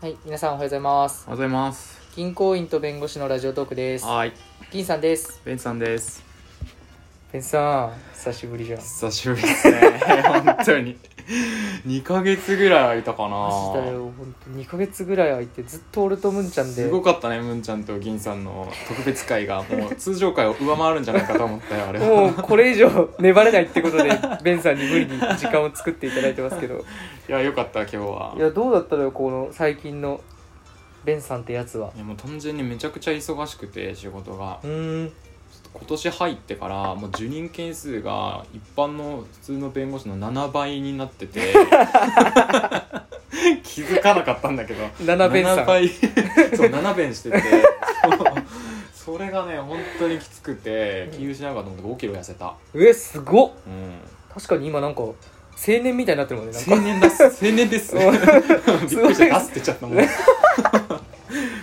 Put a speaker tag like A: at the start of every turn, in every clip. A: はい、皆さんおはようございます。
B: おはようございます。
A: 銀行員と弁護士のラジオトークです。
B: はい、
A: 銀さんです。
B: ベンツさんです。
A: ペンさん、久しぶりじゃん。
B: 久しぶりですね。 本当に。2ヶ月ぐらい空いたかな。。
A: マジだよ、本当二ヶ月ぐらい空いて、ずっと俺とムンちゃんです
B: ごかったね、ムンちゃんと銀さんの特別会 が、もう通常会を上回るんじゃないかと思ったよ、あれ
A: もう
B: は。
A: これ以上 粘れないってことで、ベンさんに無理に時間を作っていただいてますけど。
B: いや、よかった、今日
A: い
B: は。
A: や、どうだったのよ、この最近のベンさんってやつは。
B: いやもう単純にめちゃくちゃ忙しくて仕事が
A: うーん。
B: 今年入ってからもう受任件数が一般の普通の弁護士の7倍になって て気づかなかったんだけど
A: 七ベンさ
B: 7
A: ん。
B: 倍そう7弁しててそうそれがね本当にきつくて気失うかと思って5キロ痩せた、
A: うえ、すごっ
B: うん、
A: 確かに今なんか、青年みたいになってるもんね、なんか。
B: 青年だっす青年ですびっくりした出すって言っちゃっ たもん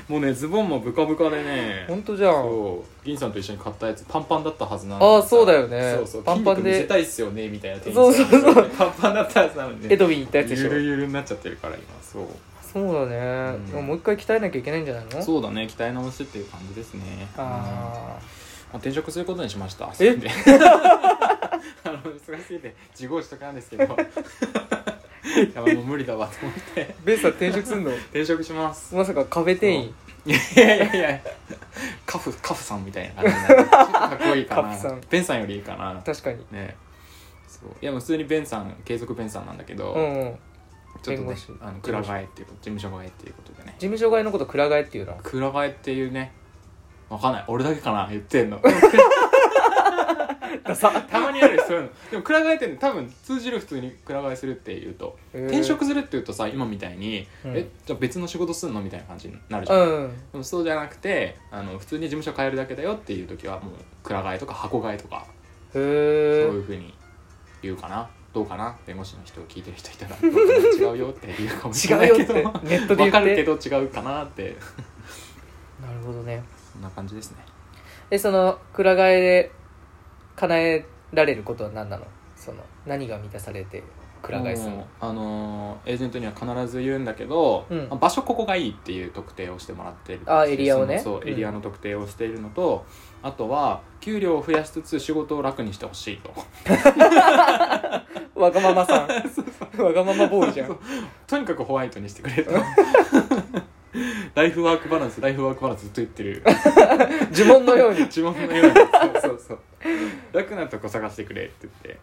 B: もうねズボンもブカブカでね
A: 本当じゃん。
B: そう銀さんと一緒に買ったやつパンパンだったはずなの
A: あーそうだよね
B: そうそう
A: パンパンで
B: 筋肉見せたいっすよねみたいなテンシ
A: そ
B: ョ
A: う
B: ン
A: そうそう
B: パンパンだったはずなのにね
A: エドウィン行ったやつでし
B: ゆ
A: ょ。
B: るゆるになっちゃってるから今そう
A: そうだね、
B: うん
A: でももう一回鍛えなきゃいけないんじゃないの
B: そうだね鍛え直しっていう感じですねうん
A: あ
B: まあ、転職することにしました
A: え
B: あの忙しすぎて自業自得なんですけどやばいもう無理だわと思って
A: あベースは転職すんの
B: 転職します
A: まさか壁店員
B: いやいやいやカフカフさんみたいな感じになるちょっとかっこいいか
A: カ
B: な
A: フさん
B: ベンさんよりいいかな
A: 確かに
B: ねそういやもう普通にベンさん継続ベンさんなんだけど、
A: うんうん
B: ちょっと
A: 弁護
B: ね
A: 士
B: あの蔵替えっていうこと事務所替えっていうことでね
A: 事務所外のことくら替えっていうな
B: 蔵替えっていうねわかんない俺だけかな言っ てんの
A: ダサ
B: たまにあるよそういうのでもくら替えってね多分通じる普通にくら替えするって言うと転職するって言うとさ今みたいに、
A: うん
B: えじゃあ別の仕事すんのみたいな感じになるじ
A: う
B: ゃん、
A: ん
B: でもそうじゃなくてあの普通に事務所変えるだけだよっていう時はもう蔵替えとか箱替えとか
A: へ
B: そう
A: え
B: いうふうに言うかなどうかな弁護士の人を聞いてる人いたらどうかな違うよって言うかもしれな
A: 違
B: いう
A: よ
B: け
A: って
B: ど
A: ネ
B: わ
A: ットで言って
B: かるけど違うかなって
A: なるほどね
B: そんな感じですね
A: えそのくら替えで叶えられることは何なのその何が満たされてくら替えする
B: もう
A: の
B: あのーエージェントには必ず言うんだけど、
A: うん
B: 場所ここがいいっていう特定をしてもらってる
A: あエリアをね
B: そのそう
A: うん
B: エリアの特定をしているのと、あとは給料を増やしつつ仕事を楽にしてほしいと
A: わがまま さんわがままボーイじゃん
B: とにかくホワイトにしてくれとライフワークバランスライフワークバランスずっと言ってる
A: 呪文のように
B: 自分のようにそうそうそう楽なとこ探してくれって言って言っ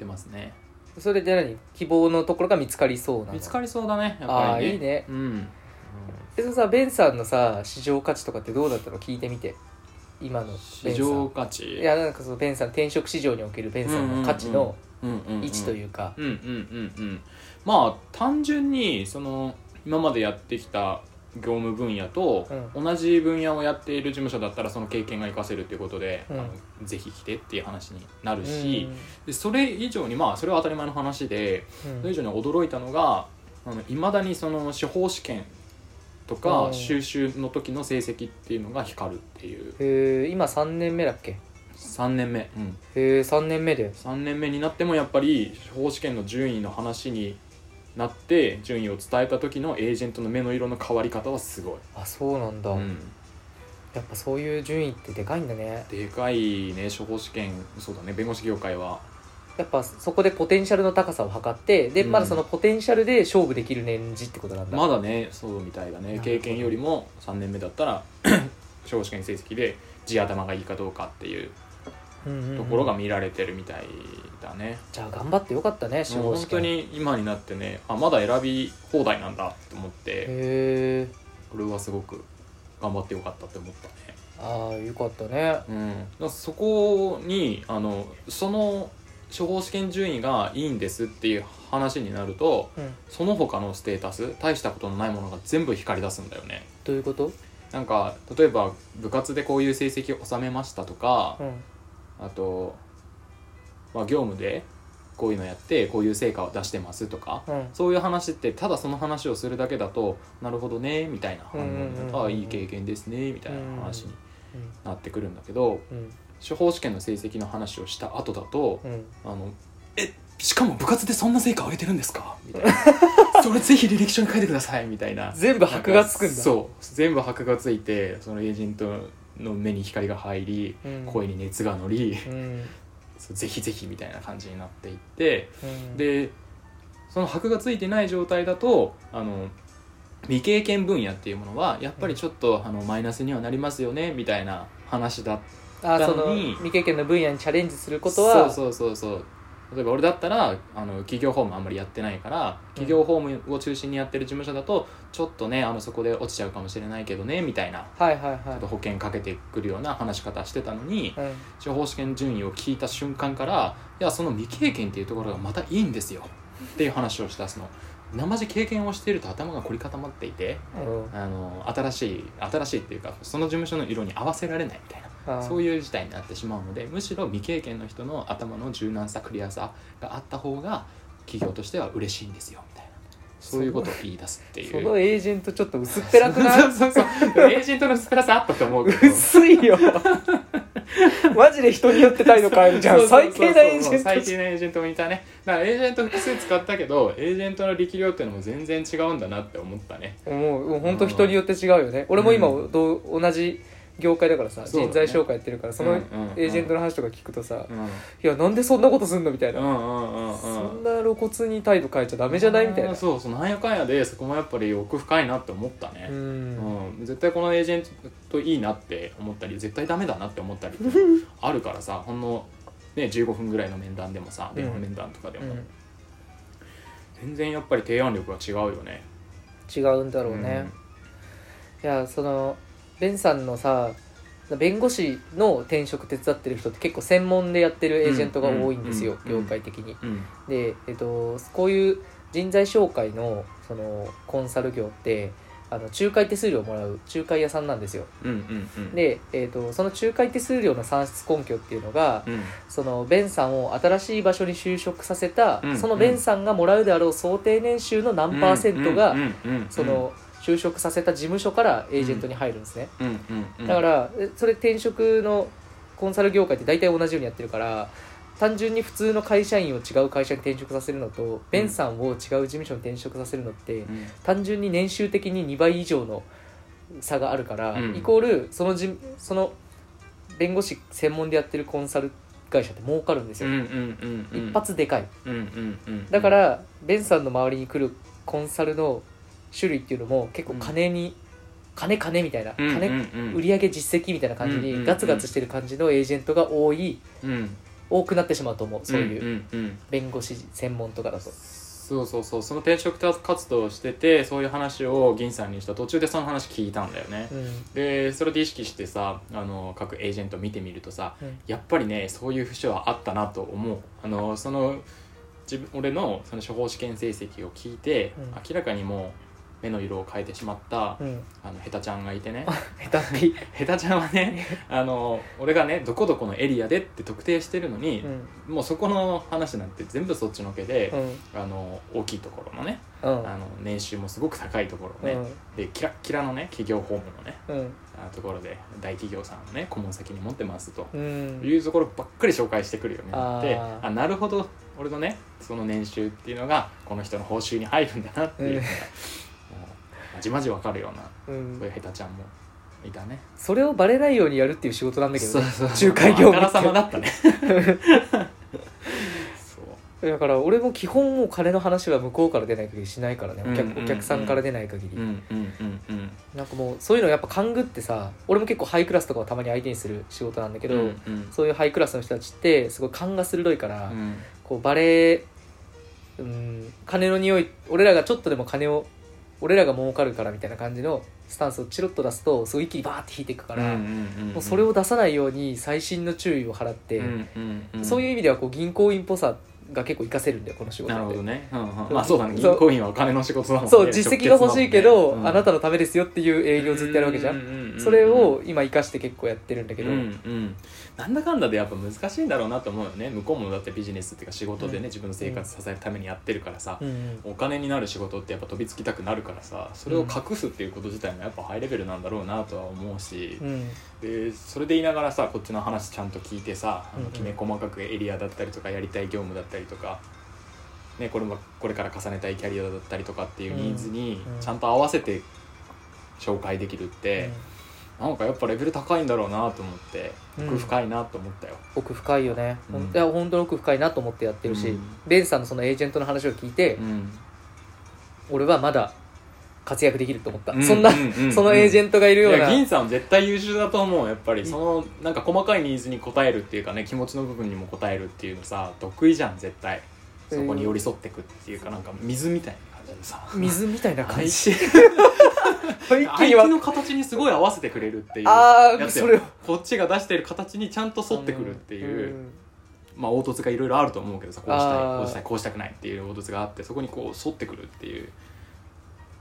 B: てますね
A: それで何希望のところが見つかりそうなの
B: 見つかりそうだねやっぱり
A: あーいいね
B: うん
A: えそのさベンさんのさ市場価値とかってどうだったの聞いてみて今のベ
B: 市
A: ンさ
B: 場
A: ん
B: 価値
A: いやなんかそのベンさん転職市場におけるベンさんの価値の位置と
B: う
A: いうか
B: うんうんうんうんまあ単純にその今までやってきた業務分野と同じ分野をやっている事務所だったらその経験が活かせるということで、
A: うん
B: あのぜひ来てっていう話にな
A: う
B: る
A: ん
B: し、でそれ以上にまあそれは当たり前の話で
A: うん
B: それ以上に驚いたのがいまだにその司法試験とか
A: うん
B: 収集の時の成績っていうのが光るっていう
A: へえ今3年目だっけ
B: 3年目、うん、
A: へえ3年目で
B: 3年目になってもやっぱり司法試験の順位の話になって順位を伝えた時のエージェントの目の色の変わり方はすごい、
A: あそうなんだ、
B: うん、
A: やっぱそういう順位ってでかいんだね
B: でかいね司法試験そうだね弁護士業界は
A: やっぱそこでポテンシャルの高さを測ってで
B: うん
A: まだそのポテンシャルで勝負できる年次ってことなんだ、
B: まだねそうみたいだ
A: る
B: ね
A: ほど
B: 経験よりも3年目だったら 司法試験成績で地頭がいいかどうかっていう
A: うんうんうん
B: ところが見られてるみたいだね、
A: じゃあ頑張ってよかったね司
B: もう
A: 法試
B: 本
A: 験
B: 当に今になってねあまだ選び放題なんだと思って
A: へえ
B: これはすごく頑張ってよかったって思ったね
A: ああよかったね
B: うん、だからそこにあのその処方試験順位がいいんですっていう話になると
A: うん
B: その他のステータス大したことのないものが全部光り出すんだよね
A: どういうこと
B: なんか例えば部活でこういう成績を収めましたとか
A: うん
B: あと、まあ、業務でこういうのやってこういう成果を出してますとか
A: うん
B: そういう話ってただその話をするだけだとなるほどねみたいな反応にな
A: う
B: る
A: んうんうんうん
B: ああいい経験ですねみたいな話になってくるんだけど
A: うん
B: 司法試験の成績の話をした後だと
A: うん
B: あのえしかも部活でそんな成果上げてるんですかみたい なそれぜひ履歴書に書いてくださいみたいな
A: 全部箔がつくんだ
B: そう全部箔がついてそのエージェントの目に光が入り、
A: うん
B: 声に熱が乗り、
A: うんうん
B: そうぜひぜひみたいな感じになっていって、でその箔がついてない状態だとあの未経験分野っていうものはやっぱりちょっと、あのマイナスにはなりますよねみたいな話だっ
A: あそ
B: なの
A: の
B: に
A: 未経験の分野にチャレンジすることは
B: そうそうそうそう例えば俺だったらあの企業法務あんまりやってないから企業法務を中心にやってる事務所だとちょっとねあのそこで落ちちゃうかもしれないけどねみたいな
A: はいはい
B: ちょっと
A: は
B: 保険かけてくるような話し方してたのに
A: い、うん、
B: 司法試験順位を聞いた瞬間からいやその未経験っていうところがまたいいんですよっていう話をしたその生地経験をしていると頭が凝り固まっていてあの新しい新しいっていうかその事務所の色に合わせられないみたいな
A: あ
B: そういう事態になってしまうのでむしろ未経験の人の頭の柔軟さクリアさがあった方が企業としては嬉しいんですよみたいなそういうことを言い出すっていう
A: そのエージェントちょっと薄っぺらくない
B: そうそうそうエージェントのスペラさあったと思うけど
A: 薄いよ マジで人によって態度変えるじゃん
B: そうそうそ
A: 最低
B: う
A: なエージェント
B: 最低なエージェントもいたねだからエージェント複数使ったけどエージェントの力量っていうのも全然違うんだなって思ったね
A: もうもう本当人によって違うよね、俺も今どう同じ業界だからさ、
B: そうだ
A: 人
B: ね
A: 材紹介やってるからその
B: うん
A: エ
B: うんうん
A: ージェントの話とか聞くとさ、
B: うん
A: いやなんでそんなことすんのみたいな、
B: うんうんうんうん
A: そんな露骨に態度変えちゃダメじゃないみたいな
B: あーそうそうなんやかんやでそこもやっぱり奥深いなって思ったね
A: うん
B: うん、絶対このエージェントいいなって思ったり絶対ダメだなって思ったり ってあるからさほんの、ね、15分ぐらいの面談でもさ電話面談とかで
A: う
B: も、
A: ん
B: 全然やっぱり提案力が違うよね。
A: 違うんだろうね、いやそのベンさんのさ弁護士の転職手伝ってる人って結構専門でやってるエージェントが多いんですよ、
B: うんうん
A: 業界的に、
B: うん
A: で、えっと、こういう人材紹介のそのコンサル業ってあの仲介手数料をもらう仲介屋さんなんですよ
B: うんうんうん、
A: で、えっとその仲介手数料の算出根拠っていうのが
B: うん
A: そのベンさんを新しい場所に就職させた、
B: うん
A: そのベンさんがもらうであろう想定年収の何パーセントが、
B: うんうんうんうん
A: その就職させた事務所からエージェントに入るんですね、
B: うんうんうん
A: だからえそれ転職のコンサル業界って大体同じようにやってるから単純に普通の会社員を違う会社に転職させるのとベンさんを違う事務所に転職させるのって
B: うん
A: 単純に年収的に2倍以上の差があるから、
B: うん
A: イコールそのじその弁護士専門でやってるコンサル会社って儲かるんです
B: う
A: よ、
B: んうんうんうん
A: 一発でかい
B: うんうんうん
A: だから、ベンさんの周りに来るコンサルの種類っていうのも結構金に、金金みたいな、
B: うんうん
A: 金
B: うん
A: 売上実績みたいな感じ
B: うんうんう
A: に
B: ん
A: ガツガツしてる感じのエージェントが多い
B: うん
A: 多くなってしまうと思うそういう
B: うんうんうん
A: 弁護士専門とかだと
B: そうそうそうその転職活動をしててそういう話を銀さんにした途中でその話聞いたんだよね、
A: うん、
B: でそれで意識してさあの各エージェント見てみるとさ
A: うん
B: やっぱりねそういう節はあったなと思うあのその自分俺のその処方試験成績を聞いて、
A: うん
B: 明らかにもう目の色を変えてしまった、
A: うん、
B: あのヘタちゃんがいてね
A: 下手っぴ、
B: ヘタちゃんは ねあの俺がねどこどこのエリアでって特定してるのに
A: う、ん
B: もうそこの話なんて全部そっちのけで
A: う、ん
B: あの大きいところのね、
A: うん
B: あの年収もすごく高いところね、でキラッキラのね企業訪問のね
A: うん
B: あところで大企業さんをね顧問先に持ってますと、
A: うん
B: いうところばっかり紹介してくるようになって
A: あ
B: あ
A: ー
B: なるほど俺のねその年収っていうのがこの人の報酬に入るんだなっていうのが、
A: うん
B: もうまじまじわかるような
A: う
B: そうい
A: ん
B: うヘタちゃんもいたね
A: それをバレないようにやるっていう仕事なんだけどね、
B: そう
A: 仲介業務
B: あからさまだ ったねそう
A: だから俺も基本もう金の話は向こうから出ない限りしないからねお
B: うんうん
A: 客
B: うん
A: お客さんから出ない限り、
B: うんうんうんうん
A: なんかもうそういうのやっぱ勘ぐってさ俺も結構ハイクラスとかをたまに相手にする仕事なんだけ
B: け
A: ど、
B: うんうん
A: そういうハイクラスの人たちってすごい勘が鋭いから、
B: うん
A: こうバレうん金の匂い俺らがちょっとでも金を俺らが儲かるからみたいな感じのスタンスをチロッと出すとすごい一気にバーって引いていくから、
B: うんうんうん
A: もうそれを出さないように細心の注意を払って、
B: うんうんうん
A: そういう意味ではこう銀行員っぽさが結構活かせるんだよこの仕事って
B: なるほどね、うんうん
A: そう
B: まあそうだね
A: そう
B: 銀行員はお金の仕事だもんね
A: そう実績が欲しいけど、あなた
B: の
A: のためですよっていう営業ずっとやるわけじゃん,、
B: ん
A: それを今活かして結構やってるんだけど、
B: うんうん、なんだかんだでやっぱ難しいんだろうなと思うよね向こうもだってビジネスっていうか仕事で
A: うん
B: ね、自分の生活支えるためにやってるからさ
A: う、ん
B: お金になる仕事ってやっぱ飛びつきたくなるからさそれを隠すっていうこと自体もやっぱハイレベルなんだろうなとは思うし
A: う、ん
B: でそれで言いながらさこっちの話ちゃんと聞いてさあ
A: うん
B: の
A: うん
B: きめ細かくエリアだったりとかやりたい業務だったりとかね、これもこれから重ねたいキャリアだったりとかっていうニーズに
A: うんうん
B: ちゃんと合わせて紹介できるって、なんかやっぱレベル高いんだろうなと思って
A: うん
B: 奥深いなと思ったよ。
A: 奥深いよね、ほん
B: うん
A: いや本当に奥深いなと思ってやってるし、
B: うん
A: ベンさんのそのエージェントの話を聞いて、
B: うん
A: 俺はまだ活躍できると思った、
B: うん
A: そんな、
B: うんうんうん
A: そのエージェントがいるよう
B: いや
A: な
B: 銀さんは絶対優秀だと思うやっぱりそのなんか細かいニーズに応えるっていうかね気持ちの部分にも応えるっていうのさ得意じゃん絶対そこに寄り添ってくっていうかなんか水みたいな感じでさ
A: 水みたいな感じ
B: 相手
A: 一気に
B: 相手
A: は
B: の形にすごい合わせてくれるっていう
A: あー
B: やつよ
A: それを
B: こっちが出してる形にちゃんと沿ってくるっていう、
A: ん
B: まあ凹凸がいろいろあると思うけどさこうしたい
A: あー
B: こうしたいこうしたくないっていう凹凸があってそこにこう沿ってくるっていう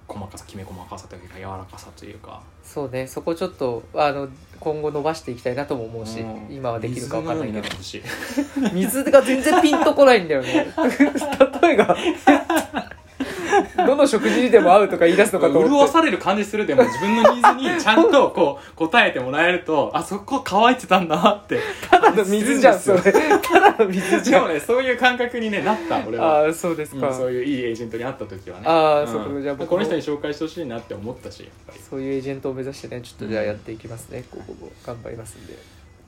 B: 細かさきめ細かさというか柔らかさというか
A: そうねそこちょっとあの今後伸ばしていきたいなとも思うし、
B: うん
A: 今はできるか分かんないけ
B: 水のようになって
A: ど
B: ほしい
A: 水が全然ピンとこないんだよね例えがどの食事にでも合うとか言い出すのかと思
B: 潤
A: って
B: される感じするでも自分のニーズにちゃんとこう答えてもらえるとあそこ乾いてたんだな って
A: ただの水じゃん
B: す
A: そ
B: る
A: れ
B: で
A: ただの水じ
B: で
A: ゃ
B: も
A: ん
B: ねそういう感覚に、ね、なった俺は、
A: ああそうですか、
B: うんそういういいエージェントに会った時はね
A: あー
B: ん
A: そうかじゃあ僕も
B: この人に紹介してほしいなって思ったしやっぱり、
A: そういうエージェントを目指してねちょっとじゃあやっていきますね、こここ頑張りますんで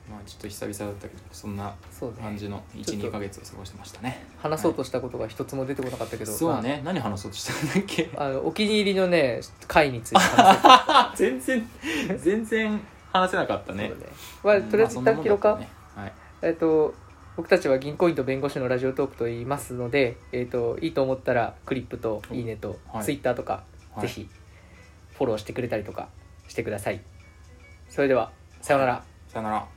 B: まあ、ちょっと久々だったけどそんな
A: そうね
B: 感じの
A: ちょっと
B: 12ヶ月を過ごしてましたね
A: 話そうとしたことが一つも出てこなかったけど、
B: そうね何話そうとしたんだっ け
A: まああのお気に入りのね回について話せた
B: あ全然全然話せなかったね
A: そうだねまあ、とりあえず一旦切ろうか、
B: はい
A: えっと僕たちは銀行員と弁護士のラジオトークと言いますので、えっといいと思ったらクリップといいねと、
B: はい
A: ツイッターとか、
B: は
A: ぜ
B: い
A: ひフォローしてくれたりとかしてくださいそれではさようなら、
B: さよなら